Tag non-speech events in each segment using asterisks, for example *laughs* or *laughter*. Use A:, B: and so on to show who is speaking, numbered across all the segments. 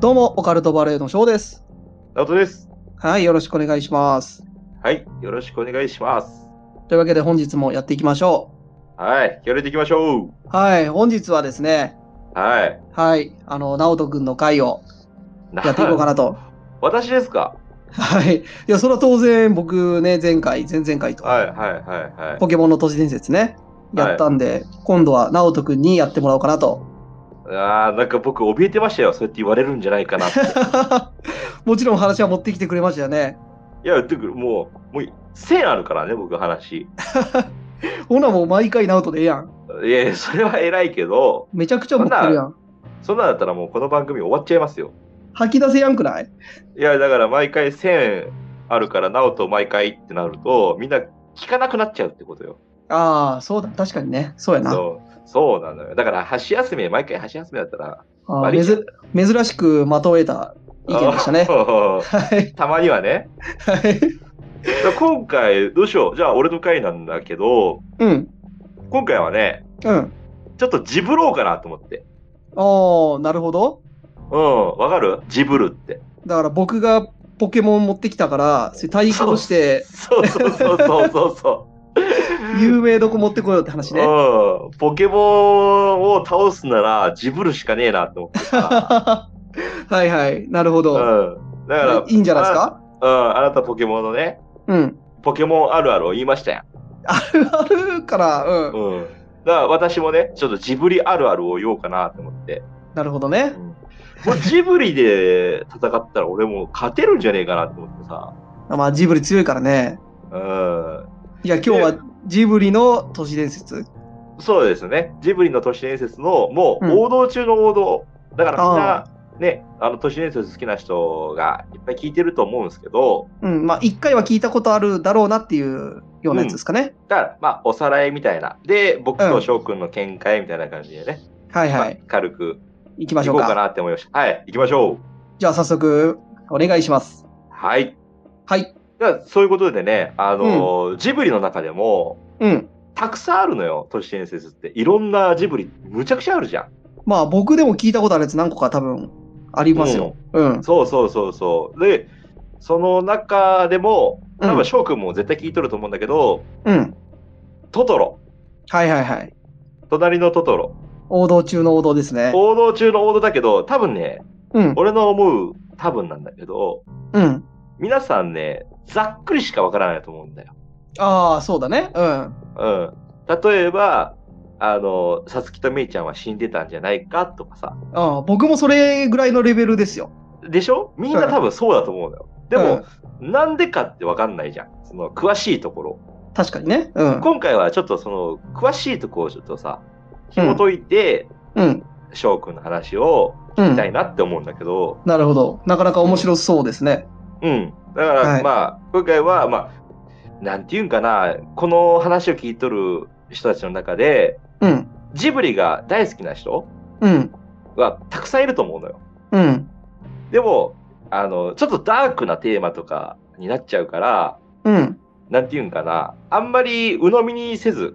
A: どうも、オカルトバレーの翔です。
B: ナオトです。
A: はい、よろしくお願いします。
B: はい、よろしくお願いします。
A: というわけで本日もやっていきましょ
B: はい、広げていきましょう。
A: う。はい、本日はですね、
B: はい。
A: はい、あの、直人くんの回を
B: な
A: やっていこうかなと。
B: 私ですか
A: はい。いや、それは当然僕ね、前回、前々回と、
B: はい、はい、はい、はい
A: ポケモンの都市伝説ね、やったんで、今度は直人くんにやってもらおうかなと。。 *laughs*
B: あーなんか僕、怯えてましたよ。そうやって言われるんじゃないかな
A: *laughs*
B: って。い
A: もちろん話は持ってきてくれましたよね。
B: や、言ってくる。もう、もう、1000あるからね、僕、話。
A: ほなもう毎回直人でええやん。
B: いやいや、それは偉いけど、
A: めちゃくちゃ持ってるやん。
B: そんなんだったらもう、この番組終わっちゃいますよ。
A: 吐き出せやんくない
B: いや、だから毎回1000あるから、ナオト毎回ってなると、みんな聞かなくなっちゃうってことよ。
A: ああ、そうだ、確かにね。そうやな。
B: そう、そうなのよ。だから、箸休め、毎回箸休めだったら、
A: ああ
B: 割り切
A: 珍珍しく的を得た意見でしたね。
B: あー
A: はい。
B: たまにはね。
A: はい。
B: だから今回、どうしよう。じゃあ、俺の回なんだけど、
A: *laughs* うん。
B: 今回はね、
A: うん。
B: ちょっとジブろうかなと思って。
A: ああ、なるほど。
B: うん、わかるジブるって。
A: だから僕がポケモン持ってきたから、それ対抗して
B: そうそうそうそうそうそう。
A: 有名どこ持ってこようって話ね。
B: うん、ポケモンを倒すなら、ジブるしかねえなと思って
A: *laughs*
B: さ。
A: *laughs* はいはい。なるほ
B: う
A: ど。
B: ん。だから、
A: いいんじゃないですか
B: あうん、あなたポケモンのね、
A: うん。
B: ポケモンあるあるを言いましたやん。
A: あるあるから、うん。
B: うん。だから私もね、ちょっとジブリあるあるを言おうかなと思って。
A: なるほどね。
B: もうジブリで戦ったら俺もう勝てるんじゃねえかなと思ってさ。
A: まあジブリ強いからね。
B: う
A: いや、今日はジブリの都市伝説。
B: ん。そうですね。ジブリの都市伝説のも
A: う
B: うん王道中の王道。だからみん
A: あ
B: な、ね、あの都市伝説好きな人がいっぱい聞いてると思うんですけど、
A: うん。まあ一回は聞いたことあるだろうなっていうようなやつですかね。
B: だからまあおさらいみたいな。で、僕
A: う
B: と
A: ん
B: 翔くんの見解みたいな感じでね、
A: はいは
B: ま
A: い。
B: あ軽く
A: 行き
B: 行
A: ましょ
B: こ
A: う
B: う
A: か
B: か。なって思いました。はい、行きましょう。
A: じゃあ早速お願いします。
B: はい。
A: はい。
B: だからそういうことでね、あのージブリの中でも、
A: うん。
B: たくさんあるのよ、都市伝説って。いろんなジブリ、むちゃくちゃあるじゃん。
A: まあ僕でも聞いたことあるやつ何個か多分ありますよ。うん。
B: そうそうそうそう。で、その中でも、多分翔くんも絶対聞いとると思うんだけど、
A: うん。
B: トトロ、
A: はいはいはい。
B: 隣のトトロ、
A: 王道中の王道ですね。
B: 王道中の王道だけど、多分ね、
A: うん。
B: 俺の思う多分なんだけど、
A: うん。
B: 皆さんね、ざっくりしかわからないと思うんだよ。
A: ああ、そうだね。うん。
B: うん。例えば、あの、さつきとめいちゃんは死んでたんじゃないかとかさ。
A: ああ僕もそれぐらいのレベルですよ。
B: でしょみんな多分そうだと思うのよ。で
A: う
B: も
A: ん、、
B: なんでかってわかんないじゃん。その、詳しいところ。
A: 確かにね。うん。
B: 今回はちょっとその詳しいとこをちょっとさ紐解いて
A: うん。
B: 翔くんの話を
A: う
B: し
A: ん
B: た。いなって思うんだけど、
A: なるほど。なかなか面白そうですね。
B: うん、だから、
A: はい
B: まあ今回はまあなんていうんかなこの話を聞いとる人たちの中で
A: うん。
B: ジブリが大好きな人
A: うん。
B: はたくさんいると思うのよ。
A: うん。
B: でもあのちょっとダークなテーマとかになっちゃうから
A: うん。
B: なんていうんかなあんまり鵜呑みにせず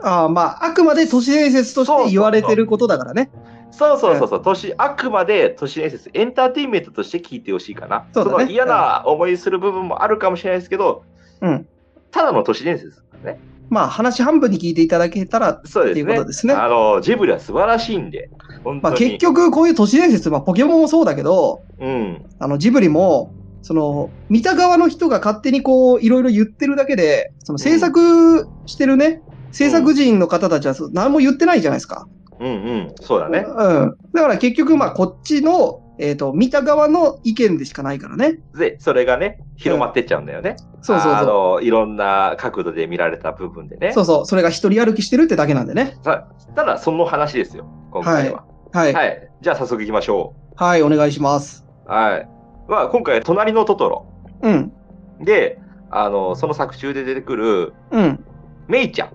A: ああ、まあ、あくまで都市伝説として言われてることだからね。
B: そうそうそうそう、都市あくまで都市伝説、エンターテインメントとして聞いてほしいかな。
A: そうだね
B: の嫌な思いする部分もあるかもしれないですけど、
A: うん。
B: ただの都市伝説ですね。
A: まあ、話半分に聞いていただけたら
B: そうです
A: って
B: ね。
A: いうことですね
B: あのジブリは素晴らしいんで、本
A: ま
B: 当
A: あ、
B: に。
A: 結局こういう都市伝説、まあ、ポケモンもそうだけど
B: うん、
A: あのジブリもその見た側の人が勝手にこういろいろ言ってるだけでその制作してるね、制作人の方たちはそう何も言ってないじゃないですか。
B: うん、うん、そうだね。
A: うん、だから結局まあこっちの、えー、と見た側の意見でしかないからね。
B: で、それがね、広まってっちゃうんだよね。
A: そうそう
B: あ
A: そ
B: のいろんな角度で見られた部分で
A: う。
B: ね。
A: そうそう。それが一人歩きしてるってだけなんでね。
B: さただ、その話ですよ、今回は。
A: はい。はい、
B: はい、じゃあ、早速いきましょ
A: お願いします。
B: う。はい。まあ、今回、隣のトトロ。
A: うん。
B: で、あの、その作中で出てくる、
A: うん。
B: メイちゃん。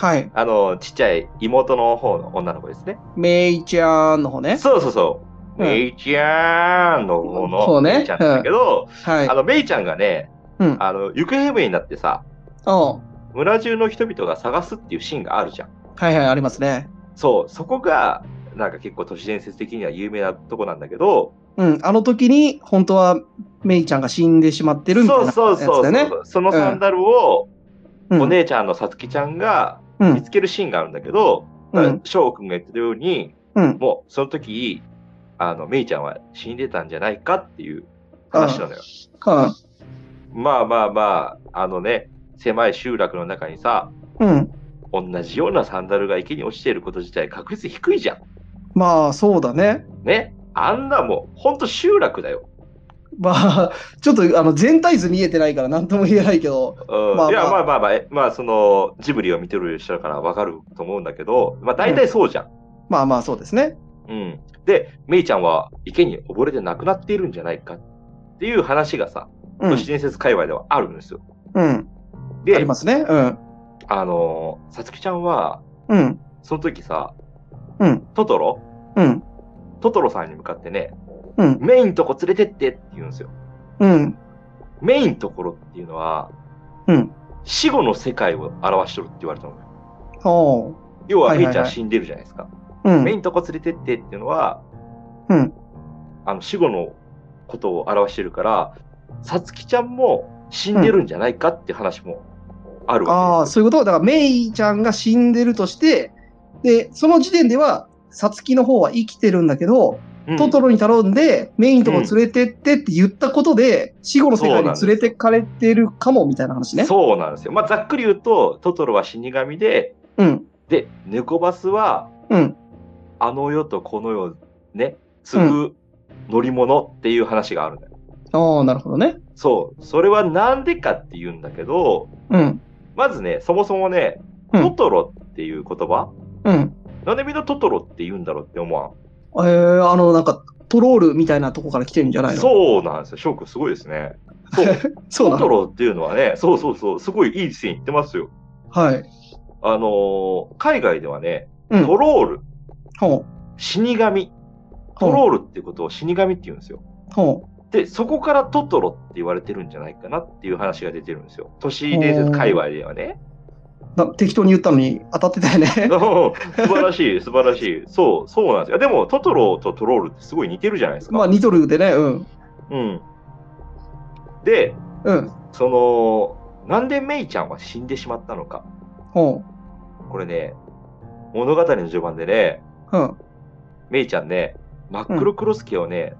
A: はい。
B: あの、ちっちゃい妹の方の女の子ですね。
A: めいちゃんの方ね。
B: そうそうそう。
A: うん
B: メイちゃんの方
A: そう
B: の
A: ね
B: メイちゃんなんだけど、
A: はい
B: あ。の、メイちゃんがね、
A: うん。
B: あの、行方不明になってさ、
A: お
B: 村中の人々が探すっていうシーンがあるじゃん。
A: はいはい、ありますね。
B: そう、そこが、なんか結構都市伝説的には有名なとこなんだけど、
A: うん、あの時に本当はメイちゃんが死んでしまってるみたいな
B: そう
A: やつだ
B: そうそうそ
A: よね。
B: う、そのサンダルを
A: うん
B: お姉ちゃんのさつきちゃんが
A: うん
B: 見つけるシーンがあるんだけど、
A: う
B: だから
A: ん
B: 翔くんが言ってたように、
A: うん
B: もうその時、あの、メイちゃんは死んでたんじゃないかっていう話なのよ。
A: は
B: まあまあまあ、あのね、狭い集落の中にさ、
A: いうん、
B: 同じようなサンダルが池に落ちていること自体確率低いじゃん。
A: まあそうだね。
B: ね。あんなもう、ほんと集落だよ。
A: まあ *laughs* ちょっとあの全体図見えてないから何とも言えないけど。
B: うん
A: まあまあ
B: いや、まあまあまあ、えまあその、ジブリを見てる人だからわかると思うんだけど、まあ大体そうじゃん。
A: まあまあそうですね。
B: うん。で、メイちゃんは池に溺れて亡くなっているんじゃないかっていう話がさ、
A: う
B: 都
A: ん
B: 市。伝説界隈ではあるんですよ。
A: うん、
B: で、
A: ありますね。うん。
B: あのー、さつきちゃんは、
A: うん。
B: その時さ、
A: うん。
B: トトロ
A: うん。
B: トトロさんに向かってね、
A: うん。
B: メインとこ連れてってって言うんですよ。
A: うん。
B: メインところっていうのは、
A: うん。
B: 死後の世界を表しとるって言われたのよ。
A: おう。
B: 要は、
A: はいはい
B: メ
A: は
B: イ
A: い
B: ちゃん死んでるじゃないですか。
A: う
B: メイ
A: ん。
B: ンとこ連れてってっていうのは、
A: うん。
B: あの、死後のことを表してるから、さつきちゃんも死んでるんじゃないかって話もある
A: あ
B: わ
A: あ、そういうことだから、メイちゃんが死んでるとして、で、その時点では、サツキの方は生きてるんだけど、
B: けですよ。
A: トト
B: ロ
A: ロに頼んで、メインとこ連れてってって言ったことで、死後の世界に連れてかれてるかも、みたいな話ね。
B: そうなんですよ。まあ、ざっくり言うと、トトロは死神で、
A: うん。
B: で、猫バスは、
A: うん。
B: あの世とこの世をね、継ぐ乗り物っていう話があるんだよ。
A: ああ、なるほどね。
B: そう。それはなんでかって言うんだけど、
A: うん。
B: まずね、そもそもね、
A: うん
B: トトロっていう言葉、
A: うん。
B: なんでみんなトトロって言うんだろうって思わん
A: えー、あの、なんか、トロールみたいなとこから来てるんじゃないの
B: そうなんですよ。翔くんすごいですね。そう。
A: *laughs* そうな
B: トト
A: の
B: ロっていうのはね、そうそうそう、すごいいい線いってますよ。
A: はい。
B: あのー海外ではね、
A: うん。
B: トロール、
A: ほう。
B: 死神、トロールっていうことを死神って言うんですよ。
A: ほう。
B: で、そこからトトロって言われてるんじゃないかなっていう話が出てるんですよ。都市伝説界隈ではね。
A: な適当に言ったのに当たってたよね。
B: *laughs* 素晴らしい、素晴らしい。そう、そうなんですよ。でも、トトロとトロールってすごい似てるじゃないですか。
A: *laughs* まあ、ニトルでね、うん。
B: うん。で、
A: うん。
B: その、なんでメイちゃんは死んでしまったのか。
A: ほ
B: これね、物語の序盤でね、
A: う。うん。
B: メイちゃんね、真っ黒クロスケをね、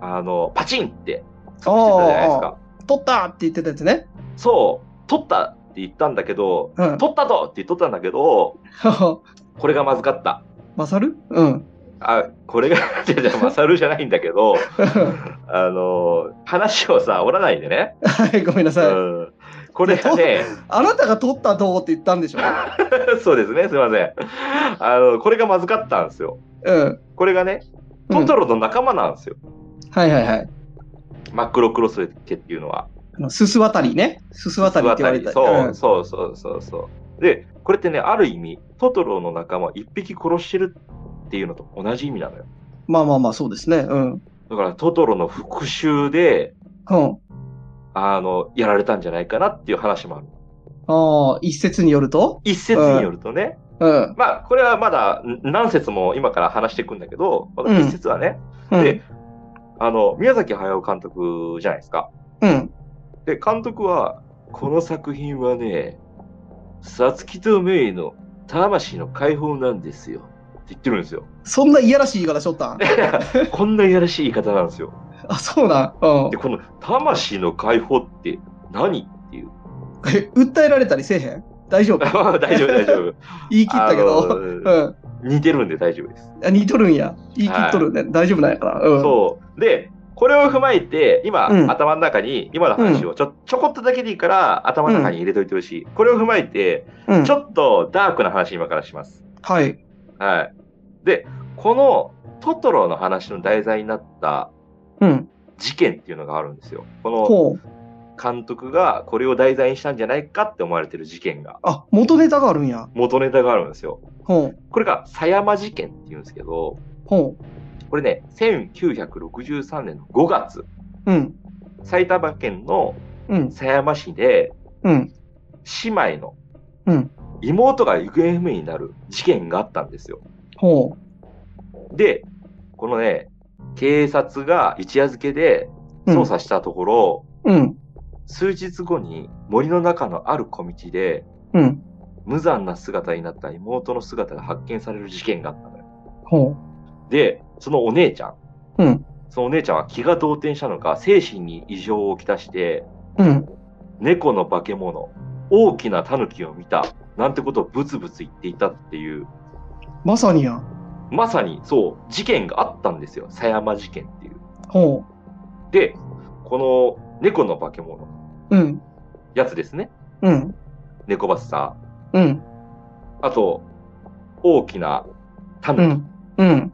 B: あの、パチンって、
A: あ
B: してたじゃないです
A: あ
B: か。
A: 取ったって言ってたやつね。
B: そう、取ったって言ったんだけど、
A: うん
B: 取ったぞって言っとったんだけど、
A: *laughs*
B: これがまずかった。
A: マサルうん。 *laughs*
B: あ、これが、 *laughs* じゃじゃ、マサルじゃないんだけど、あの、話をさ、折らないでね。
A: はい、ごめんな
B: う
A: さい。
B: ん。これがね、
A: あなたが取ったどうって言ったんでしょ
B: *laughs* そうですね、すいません。あの、これがまずかったんですよ。
A: うん。
B: これがね、
A: う
B: ト
A: ん
B: トロの仲間なんですよ。
A: はいはいはい。
B: 真っ黒クロスケっていうのは。
A: あのすす渡りね。すす渡りって言われた。
B: そう、
A: ん
B: そうそうそうそう。で、これってね、ある意味、トトロの仲間を一匹殺してるっていうのと同じ意味なのよ。
A: まあまあまあ、そうですね。うん。うん。
B: だから、トトロの復讐で、あの、やられたんじゃないかなっていう話もある。
A: ああ、一説によると
B: 一説によるとね、
A: うん。
B: まあ、これはまだん何説も今から話していくんだけど、まだ一説はね、
A: うん
B: で、あの、宮崎駿監督じゃないですか。
A: うん。
B: で、監督は、この作品はね、さつきとメイの魂の解放なんですよ。って言ってるん
A: *laughs*
B: ですよ。
A: そんないやらしい言い方しとったん
B: こんないやらしい言い方なんですよ。
A: あ、そうなん。うん
B: で、。この魂の解放って何っていう。 *laughs*
A: え、訴えられたりせえへん大丈夫
B: 大丈夫、大丈夫。
A: 言い切ったけ
B: あ
A: ど。
B: の
A: うん。
B: 似てるんで大丈夫です。
A: あ似とるんや。言い切っとるね。大丈夫なんやから。うん。
B: そう。で、これを踏まえて、今、
A: うん
B: 頭の中に、今の話をちょちょこっとだけでいいから、頭の中に入れといてほしい。これを踏まえて、
A: うん。
B: ちょっとダークな話今からします。
A: はい。
B: はい。で、このトトロの話の題材になった
A: うん。
B: 事件っていうのがあるんですよ。この
A: ほう。
B: 監督がこれを題材にしたんじゃないかって思われてる事件が、
A: あ、元ネタがあるんや。
B: 元ネタがあるんですよ。
A: ほう。
B: これが狭山事件っていうんですけど、
A: ほ
B: これね、1963年の5月、
A: う。うん。
B: 埼玉県の
A: うん。
B: 狭山市で、
A: うん。
B: 姉妹の
A: うん
B: 妹が行方不明になる事件があったんですよ。
A: ほ
B: で、このね、警察が一夜漬けで
A: うん
B: 捜査したところ、
A: うん。
B: 数日後に森の中のある小道で、
A: うん。
B: 無残な姿になった妹の姿が発見される事件があったのよ。
A: ほ
B: で、そのお姉ちゃん、
A: う。うん。
B: そのお姉ちゃんは気が動転したのか、精神に異常をきたして、
A: うん。
B: 猫の化け物、大きな狸を見た、なんてことをブツブツ言っていたっていう、
A: まさにやん。
B: まさにそう、事件があったんですよ。狭山事件っていう。
A: ほ
B: で、この猫の化け物、
A: う。うん。
B: やつですね。
A: うん。
B: 猫バスさん。
A: うん。
B: あと、大きな
A: う
B: 狸。
A: ん。うん。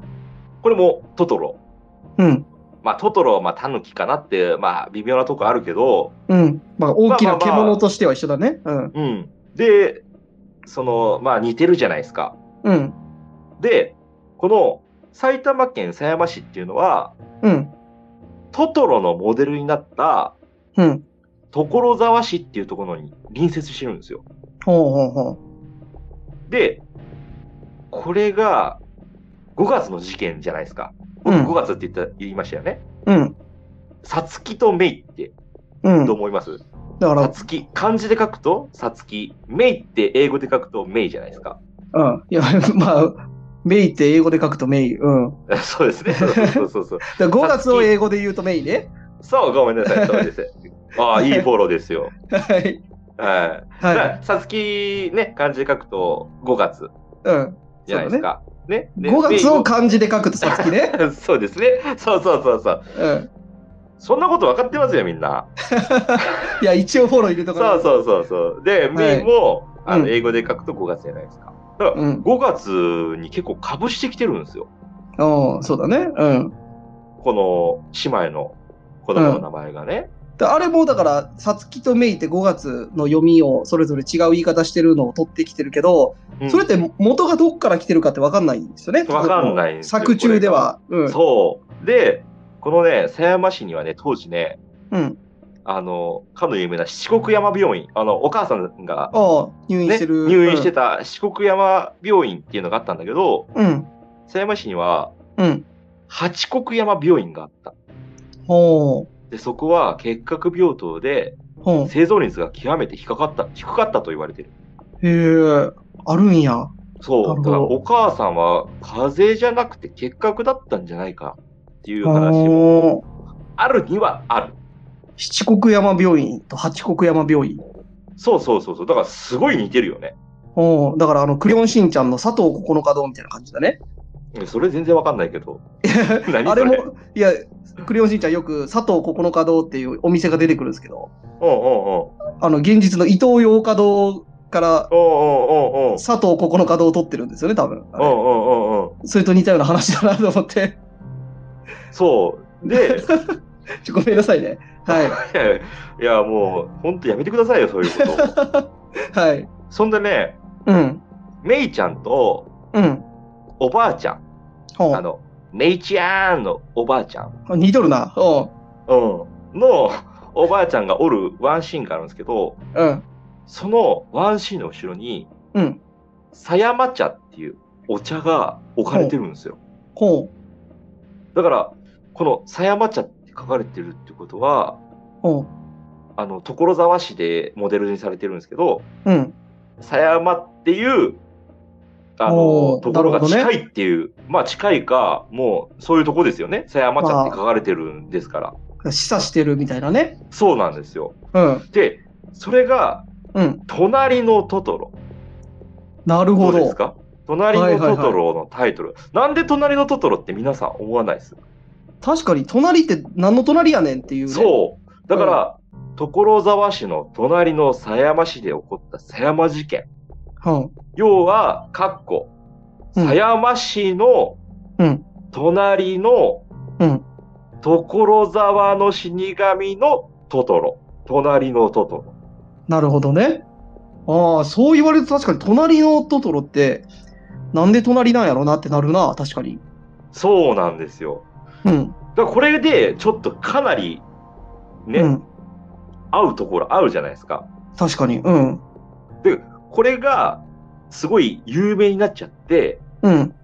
B: これもトトロ。
A: うん。
B: まあ、トトロはまあ狸かなって、まあ、微妙なとこあるけど、
A: うん。まあ、大き
B: ま
A: な
B: あまあまあ
A: 獣としては一緒だね。うん。
B: うん。で、その、まあ、似てるじゃないですか。
A: うん。
B: で、この埼玉県狭山市っていうのは、
A: うん。
B: トトロのモデルになった
A: うん。
B: 所沢市っていうところに隣接してるんですよ。
A: ほうほうほ
B: で、これが5月の事件じゃないですか。僕
A: うん
B: 5月って言った、言いましたよね。
A: う。うん。
B: さつきとめいって
A: うん
B: どう。思います
A: だか
B: さ
A: ら、
B: つき。漢字で書くとさつき。めいって英語で書くとめいじゃないですか。 *laughs*
A: うん。いや、 *laughs* まあ、メイって英語で書くとメイ。うん。
B: そうですね。そうそうそうそう。
A: だ5月を英語で言うとメイね。
B: そう、ごめんなさい。そ
A: *laughs*
B: うです。ああ、いいフォローですよ。
A: はい。
B: はい。だか
A: はい。
B: らさつきね、漢字で書くと5月
A: うん。
B: じゃないですか。ねね
A: 5月を
B: で
A: 漢字で書くとさつきね。
B: ごそうですね。そうそうそうそう。
A: うん。
B: そんなこと分かってますよ、みんな。
A: いや、一応フォローいる
B: そ
A: と
B: う
A: ころ。
B: そうそうそう。
A: は
B: で、
A: い
B: メイも、あ
A: う
B: の
A: ん
B: 英語で書くと5月じゃないですか。だから、
A: うん
B: 5月に結構かぶしてきてるんですよ。
A: うん。そうだね。うん。
B: この姉妹の子供の名前がね。
A: であれもだから、さつきとメイって5月の読みをそれぞれ違う言い方してるのを取ってきてるけど、
B: うん
A: それって元がどっから来てるかって分かんないんですよね。
B: 分かんないんですよ
A: 作中では。うん。
B: そう。で、このね、狭山市にはね、当時ね、
A: うん。
B: あの、かの有名な四国山病院、あの、お母さんが、
A: ああ、入院し
B: ね、
A: てる。
B: 入院してた四国山病院っていうのがあったんだけど、
A: うん。
B: 狭山市には
A: うん。
B: 八国山病院があった。
A: ほ
B: で、そこは結核病棟で
A: う。ほう。
B: 生存率が極めて低かった、低かったと言われてる。
A: へえ、あるんや。な
B: そ
A: るほ
B: う。だ
A: ど
B: からお母さんは風邪じゃなくて結核だったんじゃないかっていう話も
A: おー
B: あるにはある。
A: 七国山病院と八国山病院。
B: そうそうそうそう。だからすごい似てるよね。
A: おーだからあの、クレヨンしんちゃんの佐藤九日堂みたいな感じだね。
B: それ全然わかんない
A: *laughs*
B: けど。何
A: あ
B: そ
A: れ
B: れ
A: も、いや、クレヨンしんちゃんよく佐藤九日堂っていうお店が出てくるんですけど、
B: う
A: あの、現実の伊東洋華堂から
B: んうんうん。うんうんうんうん。
A: 佐藤九日堂を取ってるんですよね、多分。あ
B: う
A: れ
B: んうんうんうん。
A: それと似たような話だなと思って。
B: そう。で、
A: *laughs*
B: *laughs*
A: ちょごめんなさいね。はい
B: やいや、もう、ほんとやめてくださいよ、そういうこと。 *laughs*
A: い。はい。
B: そんでね、
A: うん。
B: メイちゃんと
A: うん。
B: おばあちゃん、
A: ほ
B: あの、メイちゃんのおばあちゃん、
A: う。似とるな。おう。
B: うん、のおばあちゃんがおるワンシーンがあるんですけど、
A: うん。
B: そのワンシーンの後ろに、
A: うん。
B: 狭山茶っていうお茶が置かれてるんですよ。
A: ほう。
B: だから、この狭山茶って書かれてるってことは、
A: ほう。
B: あの、所沢市でモデルにされてるんですけど、
A: うん。
B: 狭山っていう、あ
A: おー
B: の、ところが
A: なるほ
B: 近
A: ど
B: いっていう、まあ近いか、もうそういうとこですよね。狭山茶って書かれてるんですから。
A: 示唆してるみたいなね。
B: そうなんですよ。
A: うん。
B: で、それが、
A: うん。
B: 隣のトトロ。
A: なる
B: ど
A: ほ
B: う
A: ど。
B: ですか隣
A: はい
B: の
A: はいはい
B: トトロのタイトル。なんで隣のトトロって皆さん思わないです、
A: 確かに、隣って何の隣やねんっていうね。
B: そう。だから、所沢市の隣の狭山市で起こった狭山事件。
A: うん。
B: 要は、かっこ、
A: うん
B: 狭山市の
A: うん
B: 隣の
A: うん
B: 所沢の死神のトトロ。隣のトトロ。
A: なるほどね。ああ、そう言われると確かに、隣のトトロって、なんで隣なんやろなってなるな、確かに。
B: そうなんですよ。
A: うん。
B: だからこれで、ちょっとかなり、ね、
A: うん。
B: 合うところ合うじゃないですか。
A: 確かに。うん。
B: これが、すごい有名になっちゃって、
A: うん。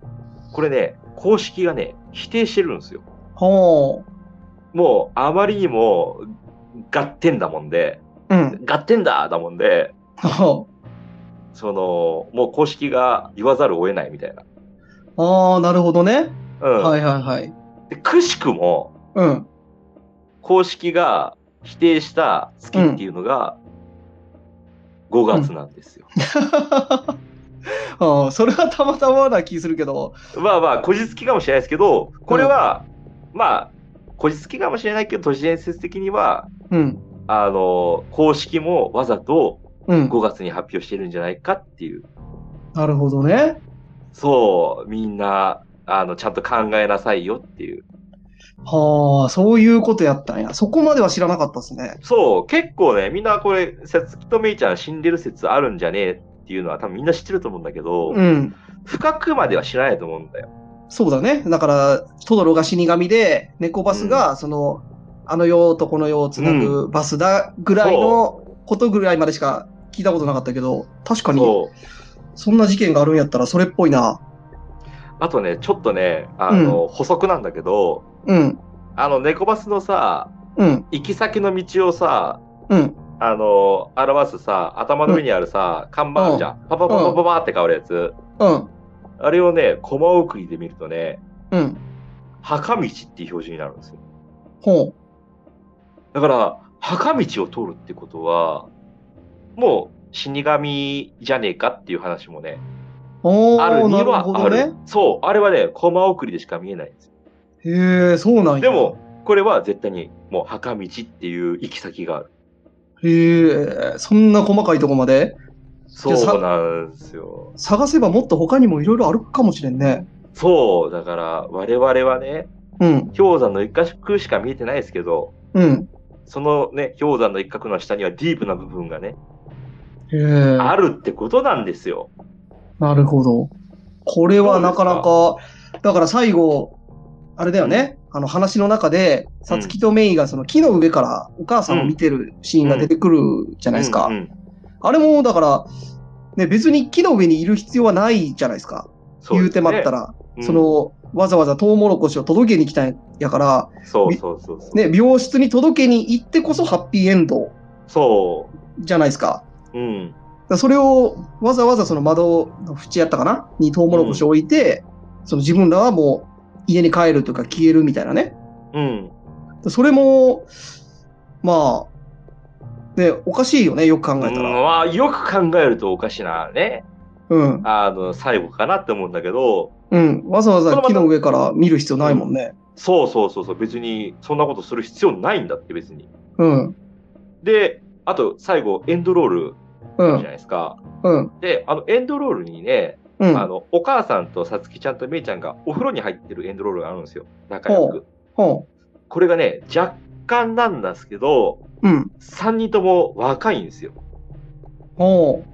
B: これね、公式がね、否定してるんですよ。
A: ほ
B: もうあまりにも合点だもんで、
A: う。うん。 *laughs*
B: 合点だだもんで、
A: ほう
B: その、もう公式が言わざるを得ないみたいな。
A: ああ、なるほどね。
B: うん。
A: はいはいはい。
B: でくしくも、
A: うん。 *laughs*
B: 公式が否定した月っていうのが5月なんですよ。
A: ああ、それはたまたまな気するけど。
B: まあまあ、こじつきかもしれないですけど、これは、まあ、こじつきかもしれないけど、都市伝説的には、
A: うん。
B: あの、公式もわざと
A: うん。
B: 5月に発表してるんじゃないかっていう、
A: なるほどね。
B: そう、みんな、あの、ちゃんと考えなさいよっていう。
A: はあ、そういうことやったんや。そこまでは知らなかったですね。
B: そう、結構ね、みんなこれ、さつきとめいちゃん死んでる説あるんじゃねえっていうのは多分みんな知ってると思うんだけど、
A: うん。
B: 深くまでは知らないと思うんだよ。
A: そうだね。だから、トドロが死神で、猫バスが、その、あの世とこの世をつなぐバスだぐらいのことぐらいまでしか聞いたことなかったけど、確かに、
B: そう。
A: そんな事件があるんやったらそれっぽいな。
B: あとね、ちょっとね、あの、補足なんだけど、
A: うん、
B: あの、猫バスのさ、
A: うん、
B: 行き先の道をさ、
A: うん。
B: あの、表すさ、頭の上にあるさ、看板あるじゃん。パパパパパパって変わるやつ。
A: うん、
B: あれをね、コマ送りで見るとね、
A: うん。
B: 墓道っていう表示になるんですよ。
A: ほ
B: だから、墓道を通るってことは、もう死神じゃねえかっていう話もね、
A: う。おー、
B: あるに
A: なる
B: は
A: ほ
B: あ
A: ど
B: る。
A: ね。
B: そう、あれはね、コマ送りでしか見えないんですよ。
A: へえ、そうなんや。
B: で、も、これは絶対にもう墓道っていう行き先がある。
A: へえ、そんな細かいとこまで
B: そうなんですよ。
A: 探せばもっと他にもいろいろあるかもしれんね。
B: そう、だから我々はね、
A: うん、
B: 氷山の一角しか見えてないですけど、
A: うん。
B: そのね、氷山の一角の下にはディープな部分がね、
A: へえ。
B: あるってことなんですよ。
A: なるほど。これはなかなか、だから最後、あれだよね、あの話の中で、さつきとメイがその木の上からお母さんを見てるシーンが出てくるじゃないですか。
B: うんうん
A: あれもだから、ね、別に木の上にいる必要はないじゃないですか。
B: そう
A: 言う
B: です
A: て
B: ね
A: まったら、
B: うん
A: その、わざわざトウモロコシを届けに来たんやから、
B: そうそうそうそう。
A: ね、病室に届けに行ってこそハッピーエンド
B: そ
A: じゃないですか。
B: う。うん。
A: だからそれをわざわざその窓の縁やったかなにトウモロコシを置いて、その自分らはもう家に帰るとか消えるみたいなね。
B: うん。
A: それも、まあ、ね、おかしいよね、よく考えたら。
B: まあ、よく考えるとおかしなね、
A: うん。
B: あの、最後かなって思うんだけど、
A: うん。わざわ
B: そ
A: ざ
B: れまた
A: 木の上から見る必要ないもんね。
B: そうそうそうそう、別にそんなことする必要ないんだって別に。
A: うん。
B: で、あと最後、エンドロール
A: う。
B: じゃなんいですか。
A: うん。
B: で、あの、エンドロールにね、
A: う
B: あ
A: ん。
B: の、お母さんとさつきちゃんとめいちゃんがお風呂に入ってるエンドロールがあるんですよ。仲良
A: ほ
B: く。
A: ほ
B: これがね、若干なんですけど、
A: う。うん。
B: 3人とも若いんですよ。
A: ほう。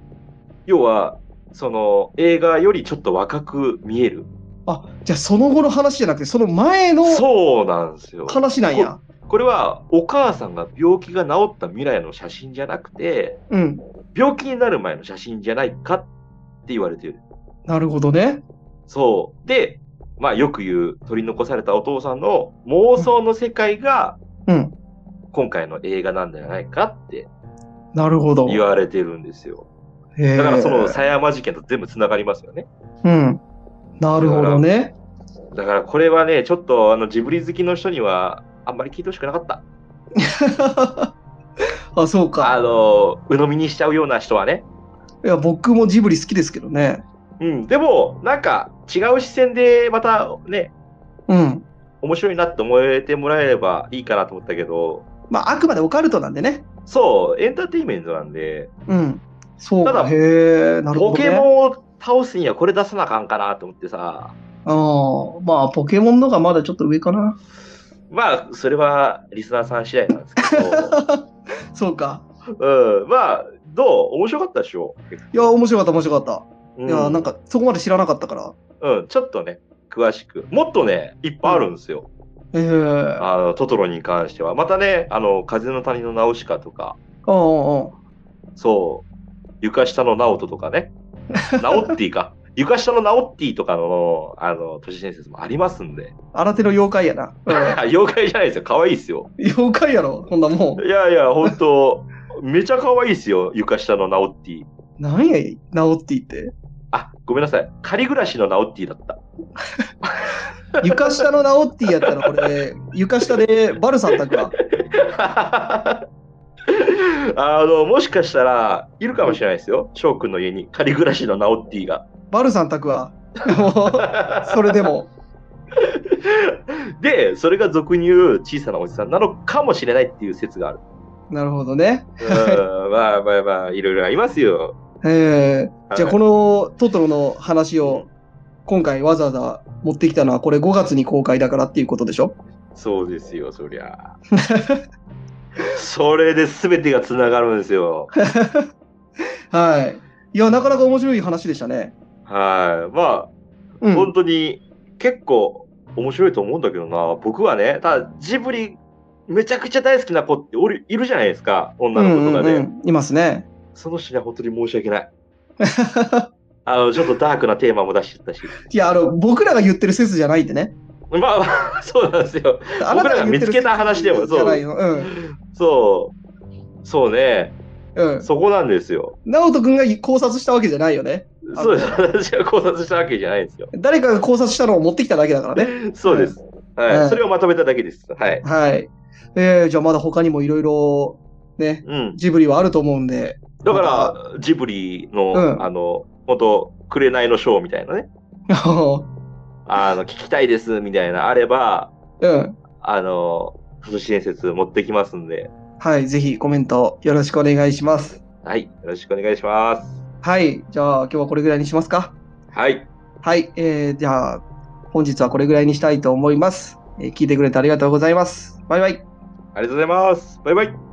B: 要は、その、映画よりちょっと若く見える。
A: あ、じゃあその後の話じゃなくて、その前の
B: そうなんですよ。
A: 話なんや。
B: これは、お母さんが病気が治った未来の写真じゃなくて、
A: うん。
B: 病気になる前の写真じゃないかって言われてる。
A: なるほどね。
B: そう。で、まあよく言う取り残されたお父さんの妄想の世界が
A: うん。
B: 今回の映画なんじゃないかって
A: なるほど。
B: 言われてるんですよ。
A: へー
B: だからその狭山事件と全部つながりますよね。
A: うん。なるほどね。
B: だからこれはね、ちょっとあのジブリ好きの人にはあんまり聞いてほしくなかった。
A: *laughs* あ、そう
B: あ
A: か。
B: の、鵜呑みにしちゃうような人はね。
A: いや、僕もジブリ好きですけどね。
B: うん。でも、なんか違う視線でまたね、
A: うん。
B: 面白いなって思えてもらえればいいかなと思ったけど、
A: まあ、あくまでオカルトなんでね。
B: そう、エンターテインメントなんで、
A: うん。そう
B: た
A: か。
B: だ
A: へえ、なるほど、ね。
B: ポケモンを倒すにはこれ出さなあかんかなと思ってさ、
A: ああ、まあ、ポケモンのがまだちょっと上かな。
B: まあ、それはリスナーさん次第なんですけ
A: そうか。 *laughs*
B: ど、うん、まあ、どう面白かったでしょ、
A: いや、面白かった、面白かった。
B: う
A: いや、なん
B: か、
A: か、そこまで知らなかったから。
B: うん、ちょっとね、詳しく。もっとね、いっぱいあるんですよ。
A: ええあ
B: あの、トトロに関しては。またね、あの、風の谷のナウシカとか、
A: あ、ああ、 *laughs*
B: そう、床下のナオトとかね、ナオッティか。床下のナオッティとかの、あの、都市伝説もありますんで。
A: 新手の妖怪やな。 *laughs* うん
B: あ *laughs* 妖怪じゃないですよ。可愛いですよ。
A: 妖怪やろ、こんなも
B: いやいや、本当めちゃ可愛いですよ。床下のナオッティ。
A: ん。なんや、直って言って。
B: あ、ごめんなさい。仮暮らしのナオッティだった。 *laughs*
A: 床下の直ってやったら、これ、 *laughs* 床下でバルさんたくは。
B: あの、もしかしたら、いるかもしれないですよ。翔くんの家に仮暮らしのナオッティが。 *laughs*
A: バルさんたくは。 *laughs* もうそれでも。
B: で、それが俗に言う小さなおじさんなのかもしれないっていう説がある。
A: なるほどね。
B: うん、まあまあまあ、いろいろありますよ。
A: えー、じゃあ、
B: はい
A: このトトロの話を今回わざわざ持ってきたのは、これ5月に公開だからっていうことでしょ
B: そうですよ、そりゃ。 *laughs* それで全てがつながるんですよ。
A: はい。いや、なかなか面白い話でしたね。
B: はい。まあ、
A: うん。
B: 本当に結構面白いと思うんだけどな。僕はね、ただジブリめちゃくちゃ大好きな子っておるいるじゃないですか、女の子とか
A: う
B: ね。
A: んうんうん、いますね。
B: その人には本当に申し訳ない。 *laughs* あの、ちょっとダークなテーマも出してったし。
A: いや、あの、僕らが言ってる説じゃないってね。
B: まあまあ、そうなんですよ。
A: *laughs* あなたが言ってる説
B: 見つけた話でもそう
A: じゃないの。うん。
B: そう。そうね。
A: うん。
B: そこなんですよ。
A: 直人くんが考察したわけじゃないよね。
B: そうです。 *laughs* 私が考察したわけじゃないんですよ。
A: 誰かが考察したのを持ってきただけだからね。
B: *laughs* そうです。はい。
A: はい
B: それをまとめただけです。はい。
A: はい。えー、じゃあまだ他にもいろいろ、ね、
B: うん。
A: ジブリはあると思うんで。 *laughs*
B: だから、ジブリの、
A: うん
B: あの、本当紅のショーみたいなね。
A: あの
B: あ *laughs* の、聞きたいです、みたいな、あれば、
A: うん。
B: あの、都市伝説持ってきますんで、
A: はい。ぜひコメントよろしくお願いします。
B: はい。よろしくお願いします。
A: はい。じゃあ今日はこれぐらいにしますか。
B: はい。
A: はい。えー、じゃあ本日はこれぐらいにしたいと思います。えー聞いてくれてありがとうございます。バイバイ。
B: ありがとうございます。バイバイ。